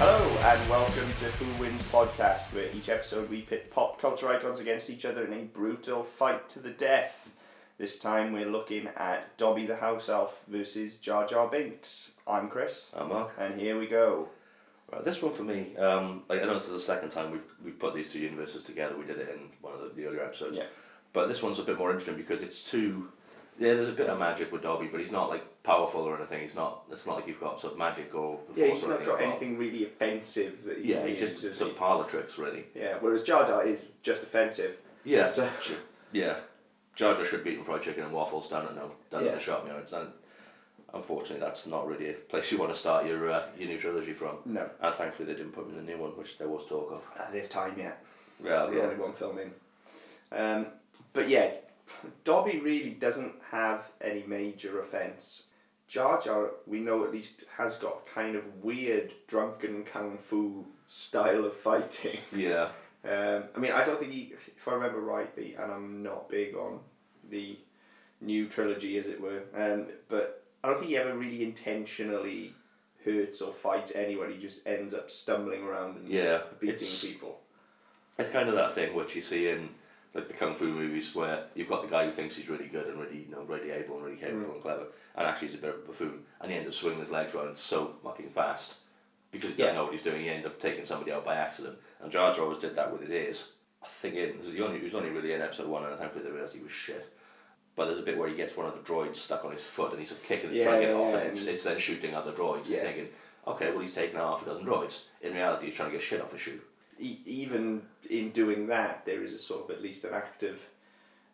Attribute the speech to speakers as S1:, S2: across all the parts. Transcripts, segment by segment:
S1: and welcome to Who Wins Podcast, where each episode we pit pop culture icons against each other in a brutal fight to the death. This time we're looking at Dobby the House Elf versus Jar Jar Binks. I'm Chris,
S2: Uh, Mark,
S1: and here we go.
S2: right, this one for me. Um, I I know this is the second time we've we've put these two universes together. We did it in one of the, the earlier episodes.
S1: Yeah.
S2: But this one's a bit more interesting because it's two. Yeah, there's a bit of magic with Dobby, but he's not like powerful or anything. He's not. It's not like you've got sort of magic or the
S1: Yeah,
S2: force
S1: he's
S2: or
S1: not got
S2: involved.
S1: anything really offensive that he
S2: Yeah,
S1: can
S2: he's
S1: use,
S2: just
S1: is
S2: sort
S1: he?
S2: of parlor tricks, really.
S1: Yeah, whereas Jar Jar is just offensive.
S2: Yeah.
S1: So-
S2: sh- yeah. Jar Jar should be eating fried chicken and waffles down at no down
S1: Yeah.
S2: at the shop. You know, it's not, unfortunately that's not really a place you want to start your uh, your new trilogy from.
S1: No.
S2: And thankfully they didn't put him in the new one, which there was talk of.
S1: Ah, There's time yet.
S2: Yeah,
S1: We're
S2: yeah.
S1: only one film in. Um, but yeah, Dobby really doesn't have any major offence. Jar Jar, we know at least, has got kind of weird drunken kung fu style of fighting.
S2: Yeah.
S1: Um, I mean, I don't think he, if I remember rightly, and I'm not big on the new trilogy, as it were, um, but I don't think he ever really intentionally hurts or fights anyone. He just ends up stumbling around and
S2: Yeah,
S1: beating
S2: it's-
S1: people.
S2: It's kind of that thing which you see in like the kung fu movies where you've got the guy who thinks he's really good and really you know really able and really capable
S1: Mm.
S2: and clever, and actually he's a bit of a buffoon, and he ends up swinging his legs around so fucking fast because he doesn't
S1: Yeah.
S2: know what he's doing. He ends up taking somebody out by accident, and Jar Jar always did that with his ears. I think in this is the only he was only really in episode one, and thankfully they realised he was shit. But there's a bit where he gets one of the droids stuck on his foot, and he's sort of kicking it,
S1: Yeah,
S2: trying to get it
S1: yeah,
S2: off,
S1: yeah,
S2: and it's,
S1: and he's-
S2: it's then shooting other droids.
S1: Yeah.
S2: You're thinking, okay, well he's taken out half a dozen droids. In reality, he's trying to get shit off his shoe.
S1: e- even in doing that, there is a sort of at least an act of,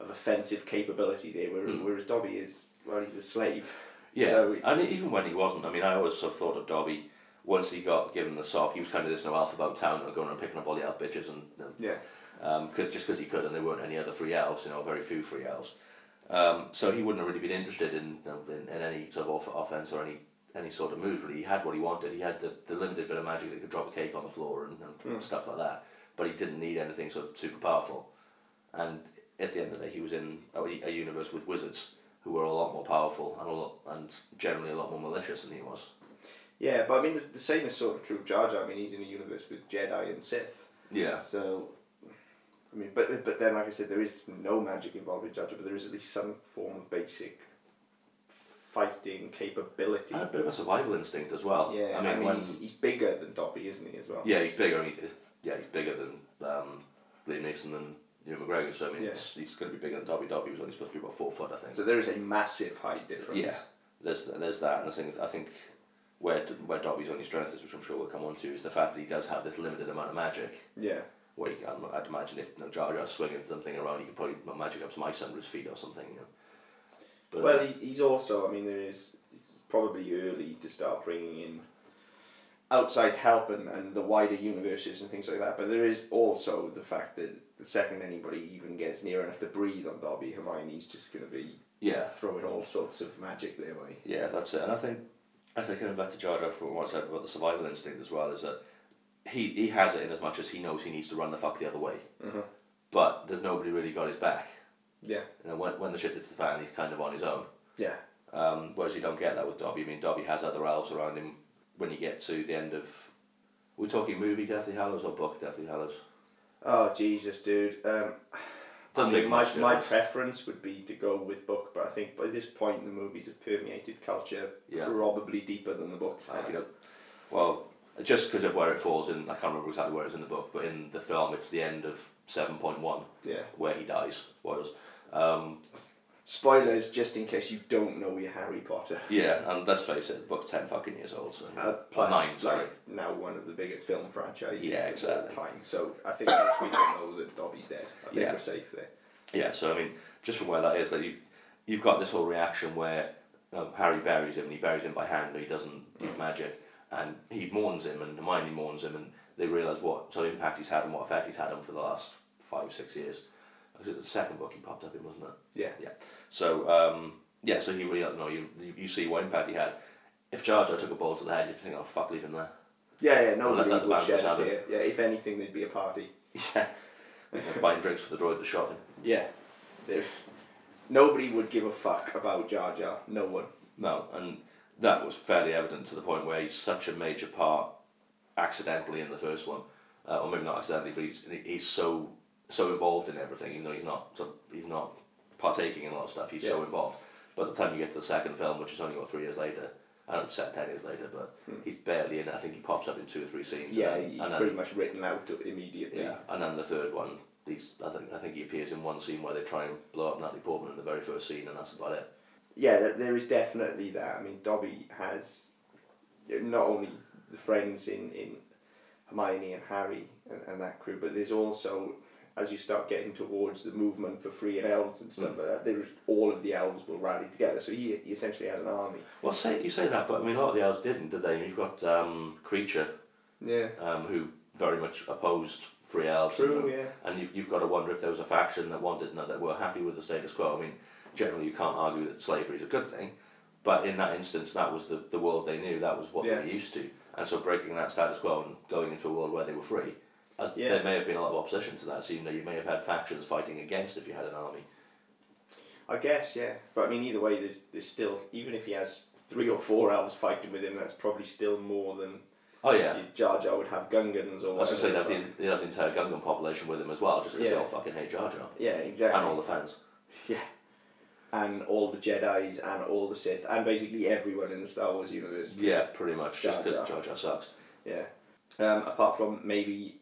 S1: of offensive capability there, whereas, whereas Dobby is, well, he's a slave.
S2: Hmm. Yeah, Uh,
S1: So it-
S2: and even when he wasn't, I mean, I always sort of thought of Dobby. Once he got given the sock, he was kind of this no alpha about town and going and picking up all the elf bitches and you
S1: yeah.
S2: know, um, cause, just because he could, and there weren't any other free elves, you know, very few free elves. Um, so he wouldn't have really been interested in in, in any sort of off- offense or any any sort of move. Really, he had what he wanted. He had the, the limited bit of magic that could drop a cake on the floor and, and stuff like that. But he didn't need anything sort of super powerful. And at the end of the day, he was in a, a universe with wizards who were a lot more powerful and a lot, and generally a lot more malicious than he was.
S1: Yeah, but I mean, the, the same is sort of true of Jar Jar. I mean, he's in a universe with Jedi and Sith.
S2: Yeah.
S1: So, I mean, but, but then, like I said, there is no magic involved in Jar Jar, but there is at least some form of basic fighting capability.
S2: And a bit of a survival instinct as well.
S1: yeah,
S2: I mean, when,
S1: he's, he's bigger than Dobby, isn't he, as well?
S2: yeah, he's bigger. He, he's, yeah, he's bigger than um, Liam Neeson and Ewan McGregor. So I mean,
S1: Yeah.
S2: it's, he's going to be bigger than Dobby. Dobby was only supposed to be about four foot, I think.
S1: So there is a massive height difference.
S2: Yeah, there's there's that, and I think I think where where Dobby's only strength is, which I'm sure we'll come on to, is the fact that he does have this limited amount of magic.
S1: Yeah.
S2: Where he can, I'd imagine if you know, Jar Jar's swinging something around, he could probably ma- magic up some ice under his feet or something. You know. But uh,
S1: Well, he, he's also. I mean, there is. It's probably early to start bringing in outside help and, and the wider universes and things like that. But there is also the fact that the second anybody even gets near enough to breathe on Dobby, Hermione's just going to be
S2: yeah,
S1: throwing all sorts of magic their way.
S2: yeah, that's it. And I think I think coming back to Jar Jar from what I said about the survival instinct as well is that he he has it in as much as he knows he needs to run the fuck the other way,
S1: Mhm.
S2: but there's nobody really got his back.
S1: Yeah.
S2: You know, when when the shit hits the fan, he's kind of on his own.
S1: Yeah.
S2: Um, whereas you don't get that with Dobby. I mean, Dobby has other elves around him when you get to the end of. We're talking movie Deathly Hallows or book Deathly Hallows?
S1: Oh Jesus, dude. Um, I
S2: Doesn't
S1: mean,
S2: make
S1: my,
S2: much
S1: my
S2: difference.
S1: preference would be to go with book, but I think by this point the movies have permeated culture
S2: Yeah.
S1: probably deeper than the books. have.
S2: You know, well, just because of where it falls in, I can't remember exactly where it's in the book, but in the film, it's the end of 7.1
S1: Yeah.
S2: where he dies. Spoilers. Um,
S1: Spoilers, just in case you don't know your Harry Potter.
S2: yeah, and let's face it, the book's 10 fucking years old. So,
S1: Uh, plus,
S2: Nine, sorry.
S1: like now one of the biggest film franchises
S2: Yeah,
S1: of
S2: exactly.
S1: all time. So I think most people know that Dobby's dead. I think
S2: Yeah.
S1: we're safe there.
S2: Yeah, so I mean, just from where that is, that you've you've got this whole reaction where um, Harry buries him, and he buries him by hand, and he doesn't use magic, and he mourns him, and Hermione mourns him, and they realise what sort of impact he's had and what effect he's had on for the last five six years. Was it the second book he popped up in, wasn't it?
S1: Yeah.
S2: Yeah. So um, yeah, so he realises no, you you- you see what impact he had. If Jar Jar took a ball to the head, you'd be thinking, oh fuck, leave him there.
S1: Yeah, yeah,
S2: Well, let-
S1: nobody
S2: let the
S1: would shed a
S2: bouncers
S1: tear.
S2: have
S1: Yeah, if anything, there'd be a party.
S2: Yeah. You know, Buying drinks for the droid that shot him.
S1: Yeah, there. Nobody would give a fuck about Jar Jar. No one.
S2: No, and that was fairly evident to the point where he's such a major part accidentally in the first one, uh, or maybe not accidentally, but he's he's so so involved in everything, even though he's not so he's not partaking in a lot of stuff. He's so
S1: Yeah.
S2: involved. By the time you get to the second film, which is only what three years later, I don't set ten years later, but he's barely in. it. I think he pops up in two or three scenes.
S1: Hmm. Yeah,
S2: and,
S1: he's
S2: and then,
S1: pretty much written out immediately.
S2: yeah, and then the third one, he's I think I think he appears in one scene where they try and blow up Natalie Portman in the very first scene, and that's about it.
S1: yeah, th- there is definitely that. I mean, Dobby has not only the friends in, in Hermione and Harry and, and that crew, but there's also, as you start getting towards the movement for free and elves and stuff like that, there's all of the elves will rally together. So he, he essentially has an army.
S2: Well, say you say that, but I mean a lot of the elves didn't, did they? You've got um, creature
S1: Yeah.
S2: um, who very much opposed free elves.
S1: True,
S2: and,
S1: yeah.
S2: and you've, you've got to wonder if there was a faction that wanted no, that were happy with the status quo. I mean, generally you can't argue that slavery is a good thing, but in that instance, that was the, the world they knew. That was what
S1: Yeah.
S2: they were used to, and so breaking that status quo and going into a world where they were free. Uh,
S1: Yeah.
S2: There may have been a lot of opposition to that, so you know you may have had factions fighting against if you had an army.
S1: I guess, yeah. But I mean, either way, there's, there's still, even if he has three or four elves fighting with him, that's probably still more than
S2: Oh yeah,
S1: Jar Jar would have Gungans or
S2: I was going to say
S1: whatever
S2: they'd
S1: the
S2: have,
S1: fuck.
S2: the, they'd have the entire Gungan population with them as well, just because
S1: Yeah.
S2: they all fucking hate Jar Jar
S1: Yeah, exactly.
S2: and all the fans.
S1: and all the Jedi's and all the Sith and basically everyone in the Star Wars universe.
S2: Yeah, pretty much. Just
S1: Jar
S2: because
S1: Jar.
S2: Jar Jar sucks.
S1: Yeah. Um, apart from maybe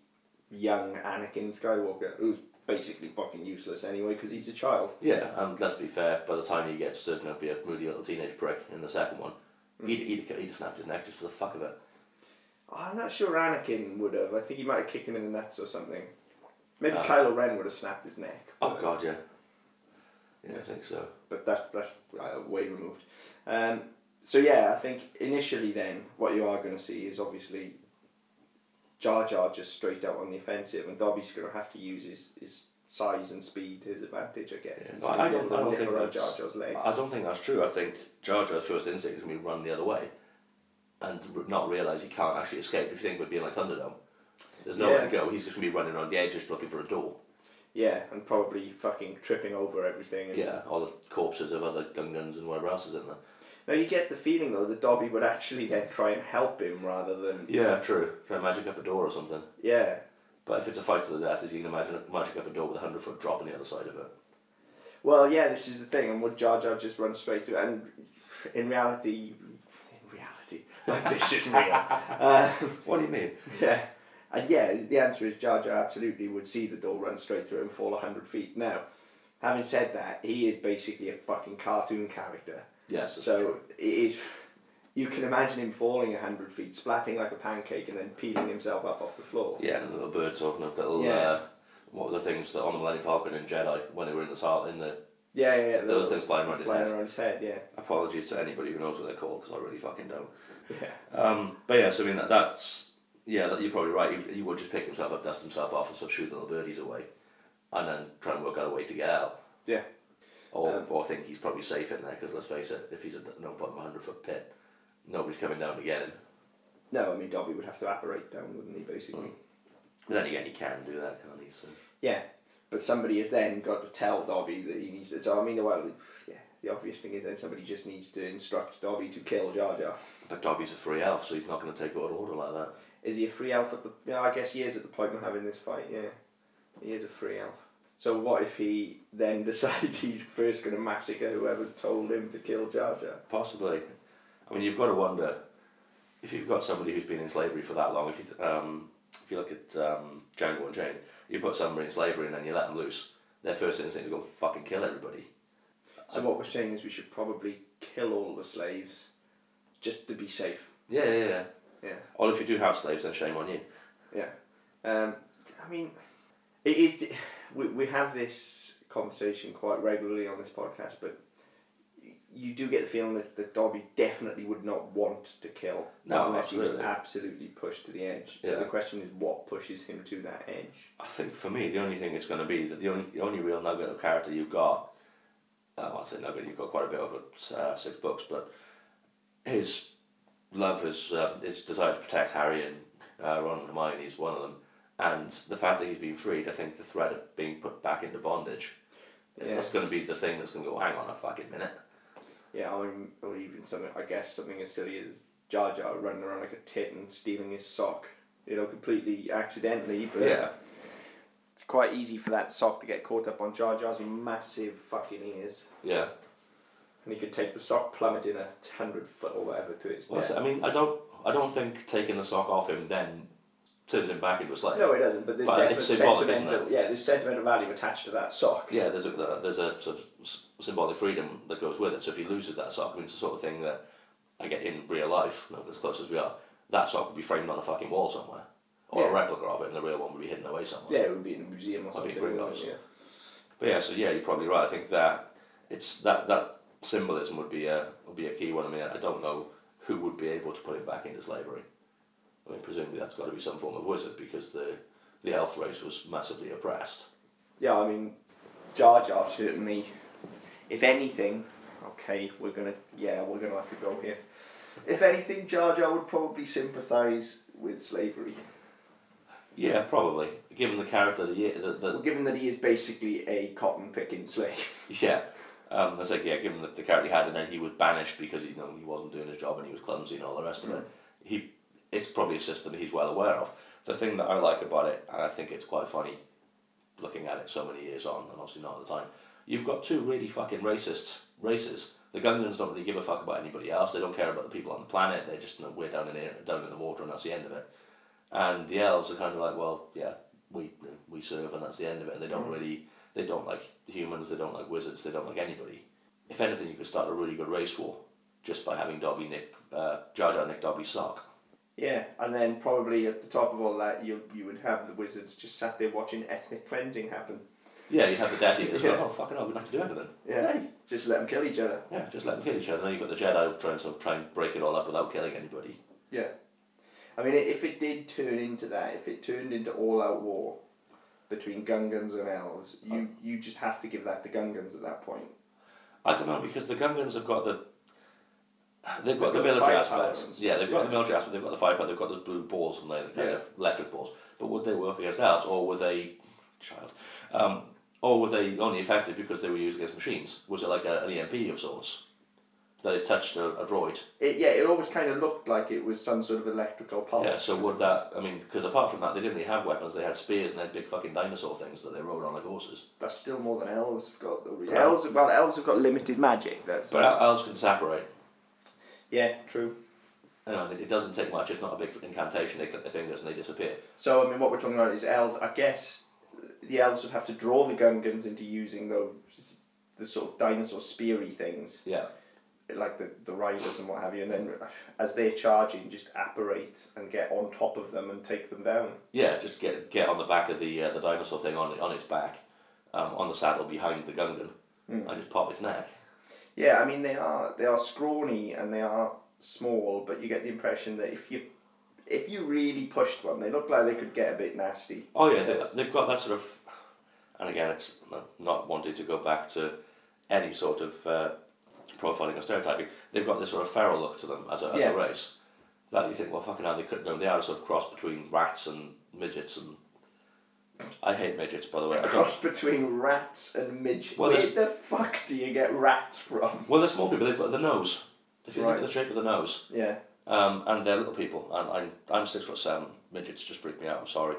S1: young Anakin Skywalker, who's basically fucking useless anyway because he's a child.
S2: Yeah, and let's be fair, by the time he gets to you know, be a moody little teenage prick in the second one,
S1: Mm.
S2: he'd, he'd, he'd have snapped his neck just for the fuck of it.
S1: I'm not sure Anakin would have. I think he might have kicked him in the nuts or something. Maybe
S2: Uh,
S1: Kylo Ren would have snapped his neck.
S2: Oh, God, yeah. Yeah, I think so.
S1: but that's that's uh, way removed. Um, so yeah, I think initially then what you are going to see is obviously Jar Jar just straight out on the offensive, and Dobby's going to have to use his, his size and speed to his advantage, I guess.
S2: Yeah.
S1: And
S2: But I
S1: he'll
S2: don't-
S1: be able
S2: I don't
S1: to nip
S2: think
S1: around
S2: that's-
S1: Jar Jar's legs.
S2: I don't think that's true. I think Jar Jar's first instinct is going to be run the other way and r- not realise he can't actually escape. If you think of it being like Thunderdome, there's nowhere
S1: Yeah.
S2: to go. He's just going to be running around the edges looking for a door.
S1: Yeah, and probably fucking tripping over everything. And
S2: Yeah, all the corpses of other gun guns and whatever else is in there.
S1: Now you get the feeling though that Dobby would actually then try and help him rather than
S2: Yeah, true. Try to magic up a door or something.
S1: yeah.
S2: But if it's a fight to the death, as you can imagine, magic up a door with a 100 foot drop on the other side of it.
S1: Well, yeah, this is the thing, and would Jar Jar just run straight to it? And in reality, in reality, like this is real. Um,
S2: What do you mean?
S1: yeah, and yeah, the answer is Jar Jar absolutely would see the door, run straight through it, and fall hundred feet. Now, having said that, he is basically a fucking cartoon character,
S2: Yes. that's true.
S1: so it is. You can imagine him falling hundred feet, splatting like a pancake, and then peeling himself up off the floor.
S2: Yeah, and the little birds talking of little.
S1: Yeah.
S2: Uh, what were the things that on the Millennium Falcon and Jedi when they were in the sal in the
S1: Yeah, yeah, yeah.
S2: those things flying around his
S1: flying
S2: head.
S1: around his head. Yeah,
S2: Apologies to anybody who knows what they're called because I really fucking don't.
S1: yeah.
S2: Um, but yeah, so I mean that, that's yeah, that, you're probably right. He, he would just pick himself up, dust himself off, and sort of shoot the little birdies away, and then try and work out a way to get out.
S1: Yeah.
S2: Or,
S1: Um,
S2: or think he's probably safe in there because let's face it, if he's at the- no bottom hundred foot pit, nobody's coming down to get him.
S1: No, I mean Dobby would have to apparate down, wouldn't he? Basically.
S2: Mm. But then again, he can do that, can't he? So.
S1: Yeah, but somebody has then got to tell Dobby that he needs to. So I mean, well, yeah, the obvious thing is then somebody just needs to instruct Dobby to kill Jar Jar.
S2: But Dobby's a free elf, so he's not going to take out an order like that.
S1: Is he a free elf at the? Yeah, I guess he is at the point of having this fight. Yeah, he is a free elf. So what if he then decides he's first going to massacre whoever's told him to kill Jar Jar?
S2: Possibly. I mean, you've got to wonder if you've got somebody who's been in slavery for that long. If you th- um, if you look at um, Django Unchained, you put somebody in slavery and then you let them loose. Their first instinct is go fucking kill everybody.
S1: So what we're saying is we should probably kill all the slaves, just to be safe.
S2: Yeah, yeah, yeah.
S1: Yeah.
S2: Or if you do have slaves, then shame on you.
S1: Um, I mean, it is. We, we have this conversation quite regularly on this podcast, but you do get the feeling that, that Dobby definitely would not want to kill
S2: No,
S1: unless he was
S2: absolutely.
S1: absolutely pushed to the edge. So
S2: Yeah.
S1: the question is, what pushes him to that edge?
S2: I think for me, the only thing it's going to be that the only the only real nugget of character you've got, uh, well, I say nugget, you've got quite a bit over uh, six books, but his love, his uh, his desire to protect Harry and uh, Ron and Hermione is one of them, and the fact that he's been freed, I think the threat of being put back into bondage,
S1: Yeah.
S2: that's going to be the thing that's going to go. Hang on a fucking minute.
S1: Yeah, I mean, or even something. I guess something as silly as Jar Jar running around like a tit and stealing his sock. you know, completely accidentally. But
S2: yeah.
S1: it's quite easy for that sock to get caught up on Jar Jar's massive fucking ears.
S2: Yeah.
S1: And he could take the sock, plummet in a hundred foot or whatever to its
S2: Well,
S1: death.
S2: so, I mean, I don't, I don't think taking the sock off him then turns him back into a slave.
S1: No, it doesn't. But there's
S2: But
S1: definite
S2: it's symbolic, isn't
S1: sentimental, yeah, there's sentimental value attached to that sock.
S2: Yeah, there's a there's a sort of s- symbolic freedom that goes with it. So if he loses that sock, I mean, it's the sort of thing that I get in real life, you know, as close as we are, that sock would be framed on a fucking wall somewhere, or
S1: Yeah.
S2: a replica of it, and the real one would be hidden away somewhere.
S1: Yeah, it would be in a museum or
S2: Might be
S1: something.
S2: pretty
S1: wouldn't it?
S2: nice.
S1: Yeah.
S2: But yeah, so yeah, you're probably right. I think that it's that that symbolism would be a would be a key one. I mean, I don't know who would be able to put it back into slavery. I mean, presumably that's got to be some form of wizard because the the elf race was massively oppressed.
S1: Yeah, I mean, Jar Jar certainly. If anything, okay, we're gonna yeah, we're gonna have to go here. If anything, Jar Jar would probably sympathise with slavery,
S2: Yeah, probably. Given the character, the year, the, the
S1: Well, given that he is basically a cotton picking slave.
S2: yeah, um, that's like yeah, given the, the character he had, and then he was banished because you know he wasn't doing his job and he was clumsy and all the rest of
S1: Right.
S2: it. He, it's probably a system he's well aware of. The thing that I like about it, and I think it's quite funny, looking at it so many years on, and obviously not at the time. You've got two really fucking racist races. The Gungans don't really give a fuck about anybody else. They don't care about the people on the planet. They just know we're down in here, down in the water, and that's the end of it. And the elves are kind of like, well, yeah, we we serve, and that's the end of it. And they don't really, they don't like humans. They don't like wizards. They don't like anybody. If anything, you could start a really good race war just by having Dobby Nick, uh, Jar Jar Nick Dobby sock.
S1: Yeah, and then probably at the top of all that, you you would have the wizards just sat there watching ethnic cleansing happen.
S2: Yeah, you'd have the Death Eaters
S1: Yeah.
S2: go, oh fucking hell, we don't have to do anything.
S1: Yeah,
S2: Hey.
S1: just let them kill each other.
S2: Yeah, just let them kill each other. Then you've got the Jedi trying to try and break it all up without killing anybody.
S1: Yeah. I mean, i- if it did turn into that, if it turned into all out war between Gungans and elves, you, you just have to give that to Gungans at that point.
S2: I don't know because the Gungans have got the. They've
S1: They've
S2: got
S1: got
S2: the military
S1: firepower and
S2: aspect.
S1: stuff,
S2: Yeah, they've got
S1: yeah.
S2: the military aspect. They've got the firepower. They've got those blue balls and they the kind
S1: Yeah.
S2: of electric balls. But would they work against elves or were they child? Um, or were they only effective because they were used against machines? Was it like a, an EMP of sorts that it touched a, a droid?
S1: It, yeah, it always kind of looked like it was some sort of electrical pulse.
S2: Yeah. So
S1: It
S2: would
S1: was-
S2: that? I mean, because apart from that, they didn't really have weapons. They had spears and they had big fucking dinosaur things that they rode on like horses.
S1: That's still more than elves have got. Though. really.
S2: Yeah.
S1: Elves, well, elves have got limited magic. That's
S2: But el- elves can separate.
S1: yeah, true.
S2: You know, it it doesn't take much. It's not a big incantation. They click their fingers and they disappear.
S1: So I mean, what we're talking about is elves. I guess the elves would have to draw the Gungans into using those the sort of dinosaur speary things.
S2: Yeah.
S1: like the, the riders and what have you, and then as they're charging, just apparate and get on top of them and take them down.
S2: Yeah, just get get on the back of the uh, the dinosaur thing on on its back, um, on the saddle behind the Gungan,
S1: Hmm.
S2: and just pop its neck.
S1: Yeah, I mean they are they are scrawny and they are small, but you get the impression that if you if you really pushed one, they look like they could get a bit nasty.
S2: Oh yeah, they, they've got that sort of, and again, it's not wanting to go back to any sort of uh, profiling or stereotyping. They've got this sort of feral look to them as a, as
S1: Yeah.
S2: a race. That you think, well, fucking hell, they could. No, they are a sort of cross between rats and midgets, and I hate midgets, by the way. I don't,
S1: Cross between rats and midgets.
S2: Well,
S1: Where
S2: there's-
S1: the fuck do you get rats from?
S2: well, they're small people. They've got the nose. If you
S1: Right.
S2: think of the shape of the nose,
S1: Yeah,
S2: Um, and they're little people, and I'm, I'm six foot seven. Midgets just freak me out. I'm sorry,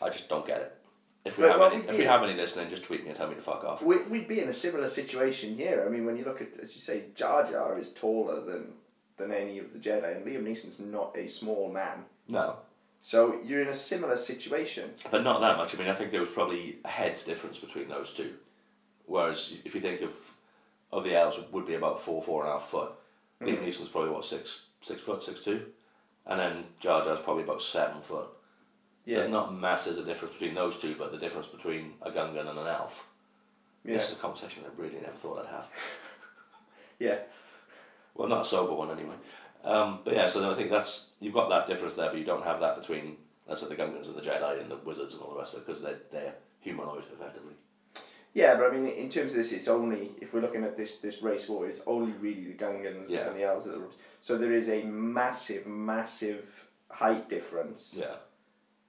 S2: I just don't get it. If we
S1: But
S2: have
S1: what
S2: any,
S1: we
S2: if
S1: did-
S2: we have any listening, just tweet me and tell me to fuck off.
S1: we, we'd be in a similar situation here. I mean, when you look at as you say, Jar Jar is taller than than any of the Jedi, and Liam Neeson's not a small man.
S2: No,
S1: So you're in a similar situation.
S2: but not that much. I mean, I think there was probably a head's difference between those two. Whereas if you think of of the elves, would be about four, four and a half foot.
S1: Mm.
S2: Liam Neeson's probably what six, six foot, six two, and then Jar Jar's probably about seven foot. So There's not masses of difference between those two, but the difference between a Gungan and an elf.
S1: yeah,
S2: This is a conversation I really never thought I'd have.
S1: yeah.
S2: Well, not a sober one anyway. Um, but yeah, so then I think that's you've got that difference there, but you don't have that between let's say the Gungans and the Jedi and the wizards and all the rest of it because they're they're humanoid effectively.
S1: Yeah, but I mean, in terms of this, it's only if we're looking at this this race war, it's only really the Gungans
S2: Yeah.
S1: and the elves that are. So there is a massive, massive height difference.
S2: Yeah.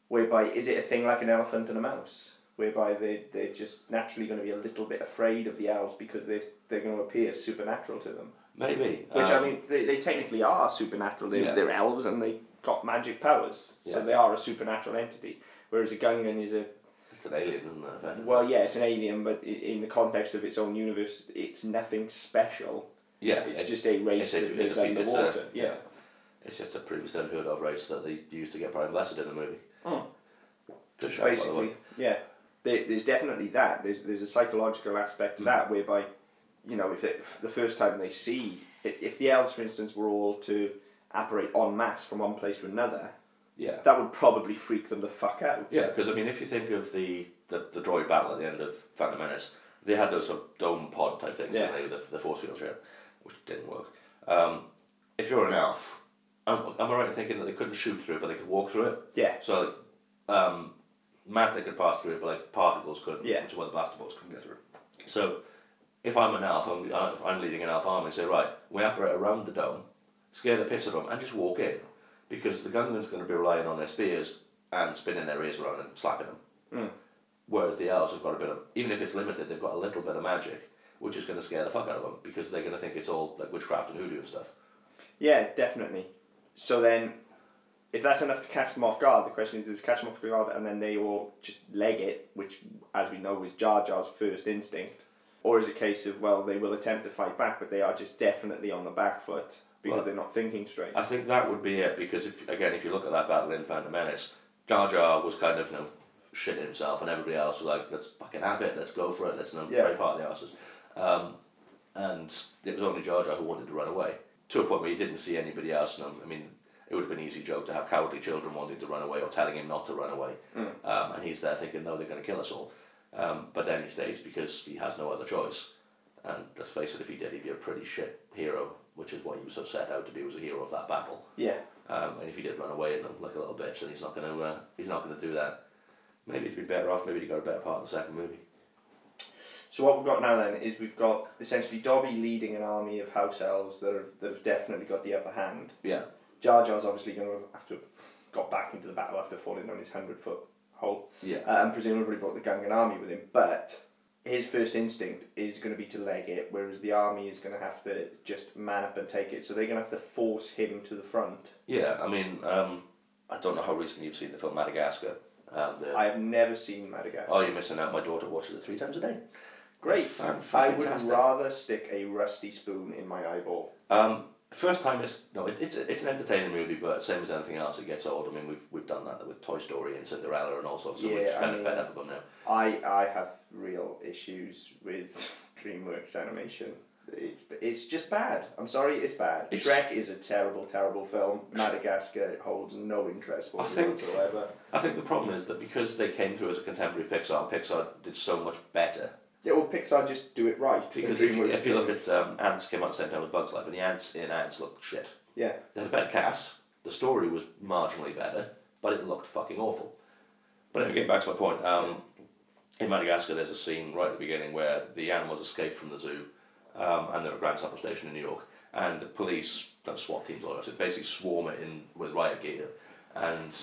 S1: Whereby, is it a thing like an elephant and a mouse? Whereby they they're just naturally going to be a little bit afraid of the elves because they they're going to appear supernatural to them.
S2: Maybe.
S1: Which I
S2: Um,
S1: mean, they, they technically are supernatural. They're,
S2: Yeah.
S1: they're elves and they got magic powers,
S2: Yeah.
S1: so they are a supernatural entity. Whereas a Gungan is a
S2: It's an alien, isn't it? effectively?
S1: well, yeah, it's an alien, but i- in the context of its own universe, it's nothing special.
S2: yeah,
S1: It's, just a race
S2: it's
S1: that
S2: a- it's
S1: lives
S2: a- it's a-
S1: underwater. yeah.
S2: It's just a previously unheard of race that they used to get Brian Blessed in the movie.
S1: Mm.
S2: Good shout, Oh, by the way.
S1: basically. Yeah, Hmm. there, there's definitely that. There's there's a psychological aspect
S2: Hmm.
S1: to that whereby, you know, if they, if the first time they see, if, if the elves, for instance, were all to operate en masse from one place to another,
S2: Yeah.
S1: that would probably freak them the fuck out.
S2: Yeah, because I mean, if you think of the, the, the droid battle at the end of Phantom Menace, they had those sort of dome pod type things,
S1: Yeah.
S2: didn't they, with the, the force field ship, which didn't work. Um, if you're an elf, am, am I right in thinking that they couldn't shoot through it, but they could walk through it?
S1: Yeah.
S2: So, um, matter could pass through it, but like particles couldn't,
S1: Yeah.
S2: which is why the blaster bolts couldn't get through. So, if I'm an elf, I'm, I- if I'm leading an elf army, say, right, we operate around the dome, scare the piss out of them, and just walk in. Because the gunman's going to be relying on their spears and spinning their ears around and slapping them.
S1: Hmm.
S2: Whereas the elves have got a bit of, even if it's limited, they've got a little bit of magic, which is going to scare the fuck out of them because they're going to think it's all like witchcraft and hoodoo and stuff.
S1: Yeah, definitely. So then, if that's enough to catch them off guard, the question is, does it catch them off guard and then they all just leg it, which, as we know, is Jar Jar's first instinct? Or is it a case of, well, they will attempt to fight back, but they are just definitely on the back foot because
S2: Well- uh,
S1: they're not thinking straight?
S2: I think that would be it because if again, if you look at that battle in Phantom Menace, Jar Jar was kind of you know shit himself, and everybody else was like, "Let's fucking have it, let's go for it, let's you know,
S1: Yeah.
S2: break part of the asses." Um, and it was only Jar Jar who wanted to run away to a point where you didn't see anybody else. And um, I mean, it would have been an easy joke to have cowardly children wanting to run away or telling him not to run away, um, and he's there thinking, "No, they're going to kill us all." Um, but then he stays because he has no other choice. And let's face it, if he did, he'd be a pretty shit hero, which is what he was so set out to be was a hero of that battle.
S1: yeah.
S2: Um, and if he did run away and look like a little bitch, then he's not gonna uh, he's not gonna do that. Maybe he'd be better off. Maybe he got a better part in the second movie.
S1: So what we've got now then is we've got essentially Dobby leading an army of house elves that, are, that have definitely got the upper hand.
S2: Yeah,
S1: Jar Jar's obviously going to have to have got back into the battle after falling on his 100 foot hole.
S2: yeah,
S1: uh, and presumably brought the Gungan army with him. But his first instinct is going to be to leg it, whereas the army is going to have to just man up and take it. So they're going to have to force him to the front.
S2: yeah. I mean, um, I don't know how recently you've seen the film Madagascar. Um, the,
S1: I have never seen Madagascar.
S2: oh, you're missing out. My daughter watches it three times a day.
S1: Great!
S2: fan-
S1: I would
S2: fantastic.
S1: rather stick a rusty spoon in my eyeball.
S2: Um, first time it's no, it, it's it's an entertaining movie, but same as anything else, it gets old. I mean, we've we've done that with Toy Story and Cinderella and all sorts. So we're
S1: Yeah,
S2: just
S1: I
S2: kind of
S1: mean-
S2: fed up with them now.
S1: I I have real issues with DreamWorks animation. It's it's just bad. I'm sorry, it's bad.
S2: It's-
S1: Shrek is a terrible, terrible film. Madagascar holds no interest for
S2: I
S1: me
S2: think-
S1: whatsoever.
S2: I think the problem is that because they came through as a contemporary Pixar, Pixar did so much better
S1: Yeah, well, Pixar just do it right.
S2: Because
S1: and
S2: if you,
S1: DreamWorks
S2: if you
S1: don't.
S2: look at um, Ants came out the same time with Bugs Life, and the ants in Ants looked shit.
S1: Yeah,
S2: They had a better cast. The story was marginally better, but it looked fucking awful. But anyway, getting back to my point, um, in Madagascar, there's a scene right at the beginning where the animals escape from the zoo, um, and they're at Grand Central Station in New York, and the police, that SWAT teams, all that, so basically swarm it in with riot gear, and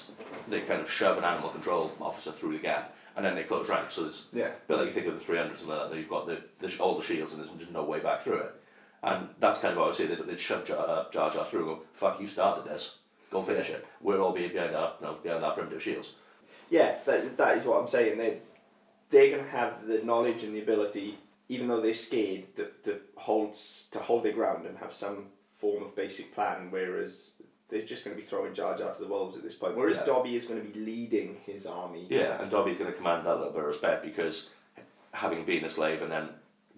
S2: they kind of shove an animal control officer through the gap, and then they close ranks. So there's
S1: yeah,
S2: but like you think of the 300 and like that, you've got the, the sh- all the shields and there's just no way back through it. And that's kind of what I would say, they'd, they'd shove Jar, uh, Jar Jar through and go, fuck, you started this, go finish it. We're all being behind our, you know, behind our primitive shields.
S1: yeah. That that is what I'm saying. They they're gonna have the knowledge and the ability, even though they're scared, to to hold s- to hold their ground and have some form of basic plan. Whereas they're just gonna be throwing Jar Jar to the wolves at this point. Whereas
S2: Yeah.
S1: Dobby is gonna be leading his army.
S2: Yeah, and Dobby's going to command that little bit of respect because having been a slave and then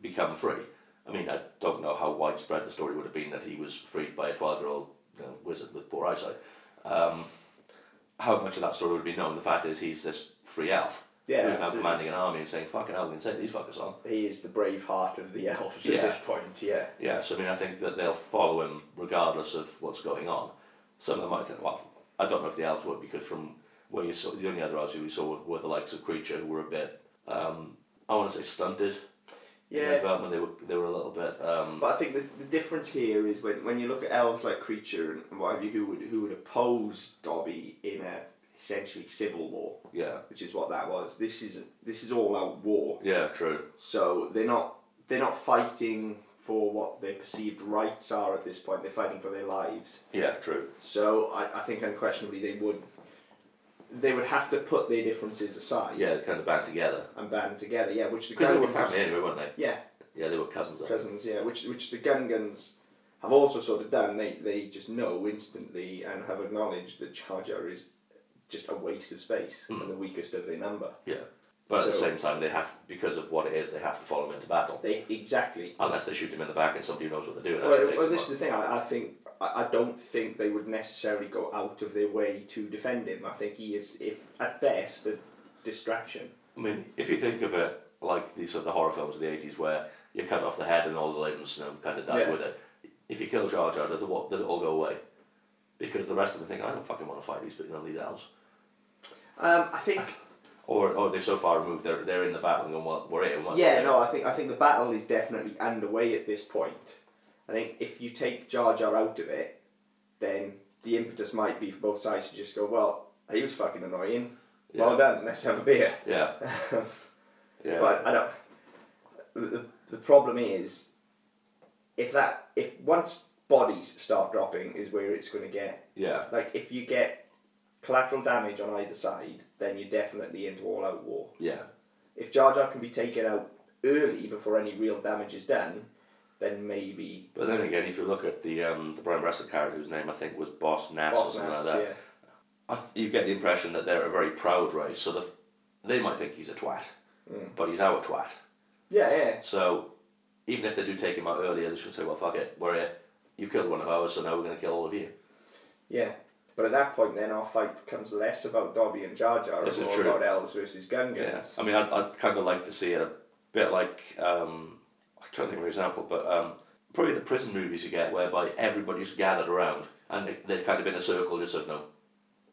S2: become free, I mean, I don't know how widespread the story would have been that he was freed by a 12 year old you know, wizard with poor eyesight. Um, how much of that story would be known? The fact is, he's this free elf.
S1: Yeah,
S2: who's now
S1: absolutely.
S2: commanding an army and saying, fucking hell, we can take these fuckers on.
S1: He is the brave heart of the elves
S2: Yeah.
S1: at this point. Yeah.
S2: Yeah, so I mean, I think that they'll follow him regardless of what's going on. Some of them might think, well, I don't know if the elves would because from where you saw the only other elves who we saw were, were the likes of Creature, who were a bit, um, I want to say stunted. in their
S1: Yeah.
S2: development they were they were a little bit. Um,
S1: But I think the, the difference here is when, when you look at elves like Creature and what have you, who would who would oppose Dobby in a essentially civil war,
S2: yeah,
S1: which is what that was. This is this is all out war,
S2: yeah, true.
S1: so they're not they're not fighting for what their perceived rights are at this point. They're fighting for their lives.
S2: Yeah, true.
S1: So I, I think unquestionably they would they would have to put their differences aside
S2: Yeah, kind of band together
S1: and band together. Yeah, which the
S2: because they were
S1: Gungans-
S2: family anyway, weren't they?
S1: Yeah,
S2: Yeah, they were cousins. I think.
S1: cousins. Yeah, which which the Gungans have also sort of done. They they just know instantly and have acknowledged that Charger is just a waste of space and the weakest of their number.
S2: Yeah, but at the
S1: So-
S2: same time, they have because of what it is, they have to follow him into battle.
S1: They exactly.
S2: Unless they shoot him in the back and somebody who knows what they're doing. actually
S1: Well,
S2: takes
S1: well,
S2: him
S1: this
S2: on.
S1: is the thing. I, I think I, I don't think they would necessarily go out of their way to defend him. I think he is, if at best, a distraction.
S2: I mean, if you think of it like the sort of the horror films of the eighties, where you cut off the head and all the limbs and kind of die
S1: Yeah.
S2: with it. If you kill Jar Jar, does it, what, does it all go away? Because the rest of them think, I don't fucking want to fight these, but you know, these elves.
S1: Um, I think.
S2: Or, or they're so far removed, they're, they're in the battle and going, well, we're here. and what's
S1: Yeah,
S2: there?
S1: no, I think I think the battle is definitely underway at this point. I think if you take Jar Jar out of it, then the impetus might be for both sides to just go, well, he was fucking annoying.
S2: Yeah.
S1: Well done, let's have a beer.
S2: Yeah. yeah.
S1: But I don't. The, the problem is, if that if once bodies start dropping, is where it's going to get.
S2: yeah.
S1: Like if you get collateral damage on either side, then you're definitely into all out war.
S2: Yeah.
S1: If Jar Jar can be taken out early before any real damage is done, then maybe
S2: But then again, if you look at the um, the Brian Wrestler character, whose name I think was Boss Nass or
S1: boss
S2: something
S1: Nass,
S2: like that,
S1: yeah.
S2: I th- you get the impression that they're a very proud race. So the, f- they might think he's a twat,
S1: Mm.
S2: but he's our twat.
S1: Yeah, yeah.
S2: So even if they do take him out earlier, they should say, well, fuck it, we're here. You've killed one of ours, so now we're going to kill all of you.
S1: Yeah. But at that point, then our fight becomes less about Dobby and Jar Jar
S2: This
S1: and
S2: is
S1: more
S2: true.
S1: about elves versus Gungans.
S2: I mean, I'd, I'd kind of like to see it a bit like, um, I'm trying to think of an example, but um, probably the prison movies you get whereby everybody's gathered around and they- they're kind of in a circle, just sort of, no,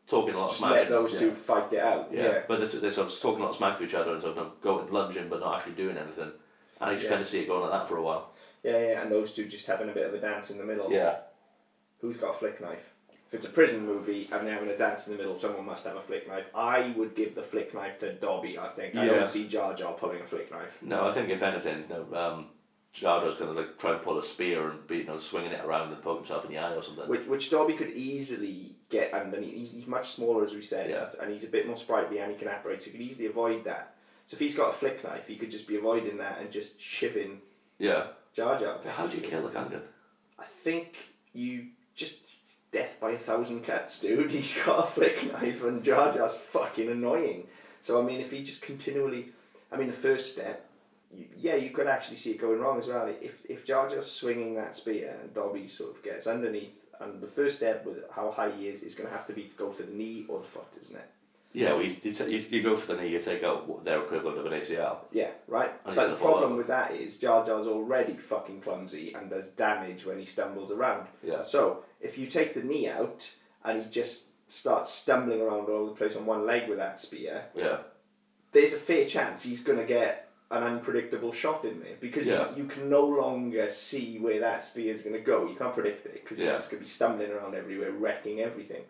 S2: talking a lot of
S1: Just
S2: smack.
S1: let those
S2: Yeah.
S1: two fight it out.
S2: Yeah, but they're, they're sort of talking a lot of smack to each other and sort of going lunging but not actually doing anything. And I just
S1: Yeah.
S2: kind of see it going like that for a while.
S1: Yeah, yeah, and those two just having a bit of a dance in the middle.
S2: Yeah,
S1: Who's got a flick knife? If it's a prison movie and they're having a dance in the middle, someone must have a flick knife. I would give the flick knife to Dobby, I think. I
S2: Yeah.
S1: don't see Jar Jar pulling a flick knife.
S2: No, I think if anything, no, um, Jar Jar's going to like try and pull a spear and be you know swinging it around and poke himself in the eye or something.
S1: Which, which Dobby could easily get underneath. He's, he's much smaller, as we said,
S2: Yeah.
S1: and he's a bit more sprightly and he can operate, so he could easily avoid that. So if he's got a flick knife, he could just be avoiding that and just shipping
S2: yeah.
S1: Jar Jar.
S2: How do you kill a Gungan?
S1: I think you just death by a thousand cuts, dude. He's got a flick knife, and Jar Jar's fucking annoying. So I mean, if he just continually, I mean, the first step, you, yeah, you could actually see it going wrong as well. If if Jar Jar's swinging that spear and Dobby sort of gets underneath, and the first step with how high he is is going to have to be to go for the knee or the foot, isn't it?
S2: Yeah, well, you, you, ta- you, you go for the knee, you take out what their equivalent of an ACL.
S1: Yeah, right. but
S2: And he's gonna
S1: the
S2: fall
S1: problem
S2: over.
S1: with that is Jar Jar's already fucking clumsy and does damage when he stumbles around.
S2: Yeah.
S1: So if you take the knee out and he just starts stumbling around all over the place on one leg with that spear,
S2: Yeah,
S1: there's a fair chance he's gonna get an unpredictable shot in there because
S2: Yeah.
S1: you, you can no longer see where that spear's gonna go. You can't predict it because
S2: Yeah.
S1: it's just gonna be stumbling around everywhere, wrecking everything.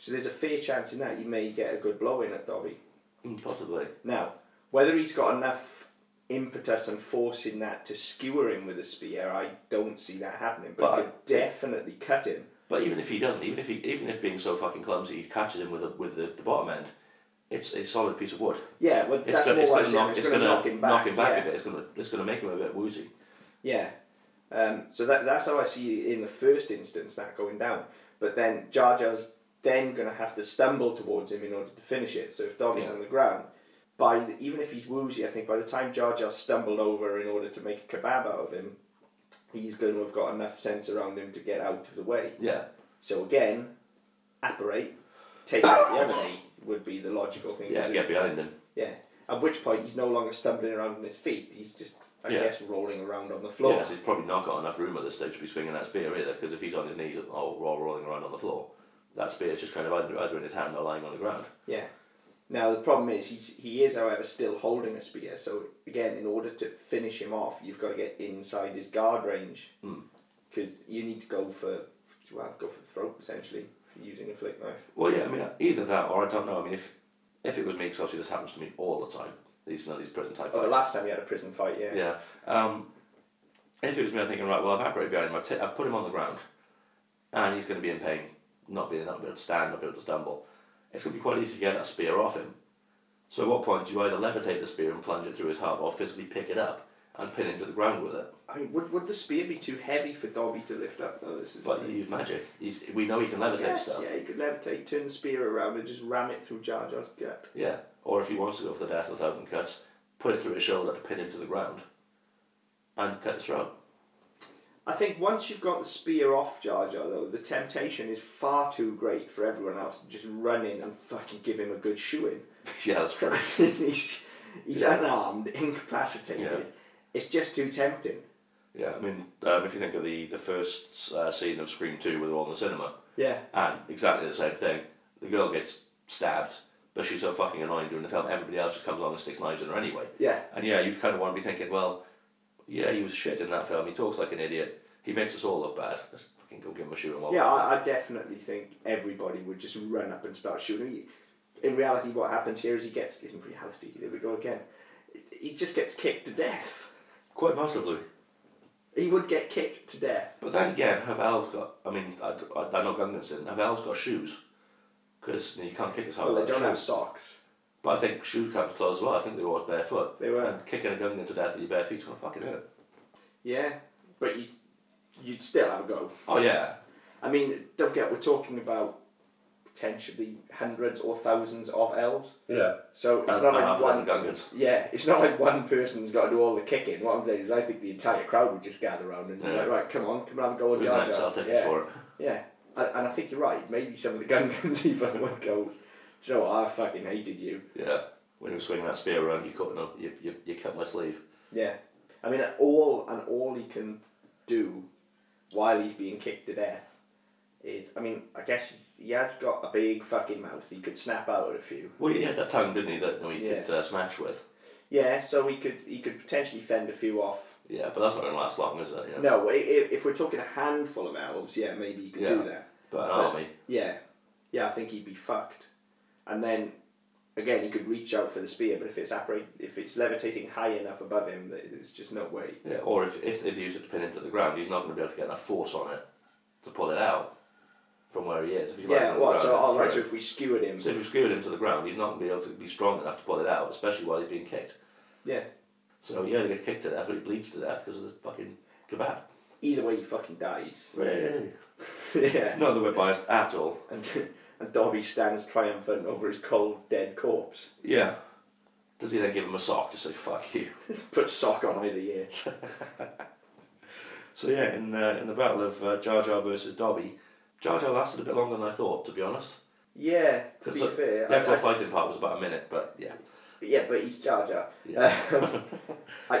S1: So there's a fair chance in that you may get a good blow in at Dobby. Hmm,
S2: Mm, possibly.
S1: Now, whether he's got enough impetus and force in that to skewer him with a spear, I don't see that happening. But,
S2: But-
S1: he could definitely cut him.
S2: But even if he doesn't, even if he, even if being so fucking clumsy, he catches him with a, with the, the bottom end. It's a solid piece of wood.
S1: Yeah, well,
S2: It's
S1: that's
S2: gonna,
S1: more
S2: it's
S1: what
S2: gonna,
S1: I'm saying,
S2: knock,
S1: it's
S2: it's
S1: going to knock him back. yeah.
S2: a bit. It's gonna it's gonna make him a bit woozy.
S1: Yeah. Um, so that, that's how I see in the first instance that going down. But then Jar Jar's then going to have to stumble towards him in order to finish it. So if Dobby's
S2: Yeah.
S1: on the ground, by the, even if he's woozy, I think by the time Jar Jar stumbled over in order to make a kebab out of him, he's going to have got enough sense around him to get out of the way.
S2: Yeah,
S1: So again, apparate, take out the other knee would be the logical thing. to
S2: yeah.
S1: do.
S2: Get behind him.
S1: Yeah. At which point he's no longer stumbling around on his feet. He's just, I
S2: Yeah.
S1: guess, rolling around on the floor.
S2: Yes, he's probably not got enough room at this stage to be swinging that spear either, because if he's on his knees or or rolling around on the floor, that spear's just kind of either, either in his hand or lying on the ground.
S1: Yeah. Now the problem is he's he is however still holding a spear. So again, in order to finish him off, you've got to get inside his guard range
S2: Hmm.
S1: because you need to go for well go for the throat essentially if you're using a flick knife.
S2: Well, yeah, I mean, either that or I don't know. I mean, if if it was me, because obviously this happens to me all the time, these you know, these prison type
S1: Oh, the
S2: fights.
S1: last time you had a prison fight, yeah.
S2: Yeah. Um, if it was me, I'm thinking, right, well, I've operated behind him, I've, t- I've put him on the ground, and he's going to be in pain, not being not be able to stand, not be able to stumble. It's going to be quite easy to get that spear off him. So at what point do you either levitate the spear and plunge it through his heart, or physically pick it up and pin him to the ground with it?
S1: I mean, would, would the spear be too heavy for Dobby to lift up? though? this is the
S2: But
S1: thing.
S2: you use magic. He's, we know he can levitate
S1: Yes,
S2: stuff.
S1: yeah, he could levitate, turn the spear around, and just ram it through Jar Jar's gut.
S2: Yeah, or if he wants to go for the death of a thousand cuts, put it through his shoulder to pin him to the ground and cut his throat.
S1: I think once you've got the spear off Jar Jar, though, the temptation is far too great for everyone else to just run in and fucking give him a good shoeing.
S2: yeah, that's true.
S1: he's he's
S2: Yeah.
S1: unarmed, incapacitated.
S2: Yeah.
S1: It's just too tempting.
S2: Yeah, I mean, um, if you think of the, the first uh, scene of Scream 2 with all in the cinema,
S1: Yeah.
S2: and exactly the same thing, the girl gets stabbed, but she's so fucking annoying during the film, everybody else just comes along and sticks knives in her anyway.
S1: Yeah.
S2: And yeah, you kind of want to be thinking, well, yeah, he was shit in that film, he talks like an idiot, he makes us all look bad, let's fucking go give him a shoot and what
S1: Yeah, I, I definitely think everybody would just run up and start shooting. He- In reality, what happens here is he gets, in reality, there we go again, he just gets kicked to death.
S2: Quite massively.
S1: He would get kicked to death.
S2: But then again, have elves got? I mean, I, I, I know Gungans didn't. Have elves got shoes? Because you, can't kick as hard.
S1: Well, they
S2: without
S1: don't have
S2: shoes.
S1: socks.
S2: But I think shoes comes close as well. I think they were always barefoot.
S1: They were.
S2: And kicking a Gungan to death with your bare feet's gonna fucking hurt.
S1: Yeah, but you, you'd still have a go.
S2: Oh yeah.
S1: I mean, don't forget, we're talking about potentially hundreds or thousands of elves.
S2: Yeah.
S1: So it's
S2: And,
S1: not
S2: and half
S1: like
S2: a dozen
S1: one.
S2: Gungans.
S1: Yeah, it's not like one person's got to do all the kicking. What I'm saying is, I think the entire crowd would just gather around and be
S2: Yeah.
S1: like, right, come on, come and have a go at
S2: Who's
S1: Jar
S2: next?
S1: Jar.
S2: I'll take
S1: yeah.
S2: it for it.
S1: Yeah, and, and I think you're right. Maybe some of the Gungans even would go, "Do you know what, I fucking hated you.
S2: Yeah. When you were swinging that spear around, you cut no, you, you, you cut my sleeve.
S1: Yeah, I mean, all and all he can do while he's being kicked to death is, I mean, I guess he's, he has got a big fucking mouth. He could snap out at a few.
S2: Well, he had that tongue, didn't he? That no, he
S1: Yeah.
S2: could uh, smash with.
S1: Yeah, so he could he could potentially fend a few off.
S2: Yeah, but that's not gonna last long, is it? You know?
S1: No, if, if we're talking a handful of elves, yeah, maybe he could do
S2: Yeah.
S1: that.
S2: But an
S1: But-
S2: army.
S1: Yeah, yeah, I think he'd be fucked. And then, again, he could reach out for the spear, but if it's appar- if it's levitating high enough above him, th- there's just no way.
S2: Yeah, or if, if they've used it to pin him to the ground, he's not going to be able to get enough force on it to pull it out from where he is. If he's landing
S1: yeah,
S2: on
S1: what?
S2: the
S1: So,
S2: ground,
S1: all right.
S2: it's
S1: So
S2: through.
S1: if we skewered him,
S2: So if you've screwed him to the ground, he's not going to be able to be strong enough to pull it out, especially while he's being kicked.
S1: yeah.
S2: So yeah, he gets kicked to death, or he bleeds to death because of the fucking kebab.
S1: Either way, he fucking dies.
S2: Yay.
S1: yeah.
S2: Not that we're biased at all.
S1: And and Dobby stands triumphant over his cold, dead corpse.
S2: Yeah. Does he then give him a sock to say fuck you?
S1: Put sock on either ear.
S2: So yeah, in the in the battle of uh, Jar Jar versus Dobby, Jar Jar lasted a bit longer than I thought, to be honest.
S1: Yeah. To be
S2: the,
S1: fair,
S2: the
S1: I-
S2: actual
S1: I-
S2: fighting part was about a minute, but yeah.
S1: yeah, but he's Jar Jar. Um,
S2: Yeah.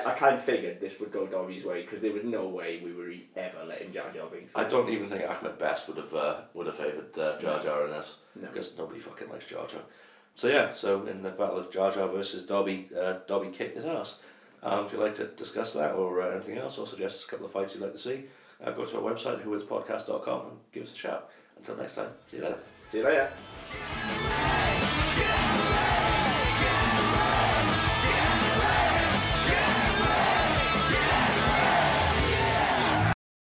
S1: I, I kind of figured this would go Dobby's way because there was no way we were e- ever letting Jar Jar be.
S2: I don't even think Ahmed Best would have uh, would have favoured uh, Jar Jar in this
S1: No.
S2: because nobody fucking likes Jar Jar. So yeah, so in the battle of Jar Jar versus Dobby, uh, Dobby kicked his ass. Um, if you'd like to discuss that or uh, anything else, or suggest a couple of fights you'd like to see, uh, go to our website whowinspodcast.com and give us a shout. Until next time, see you later.
S1: See you later.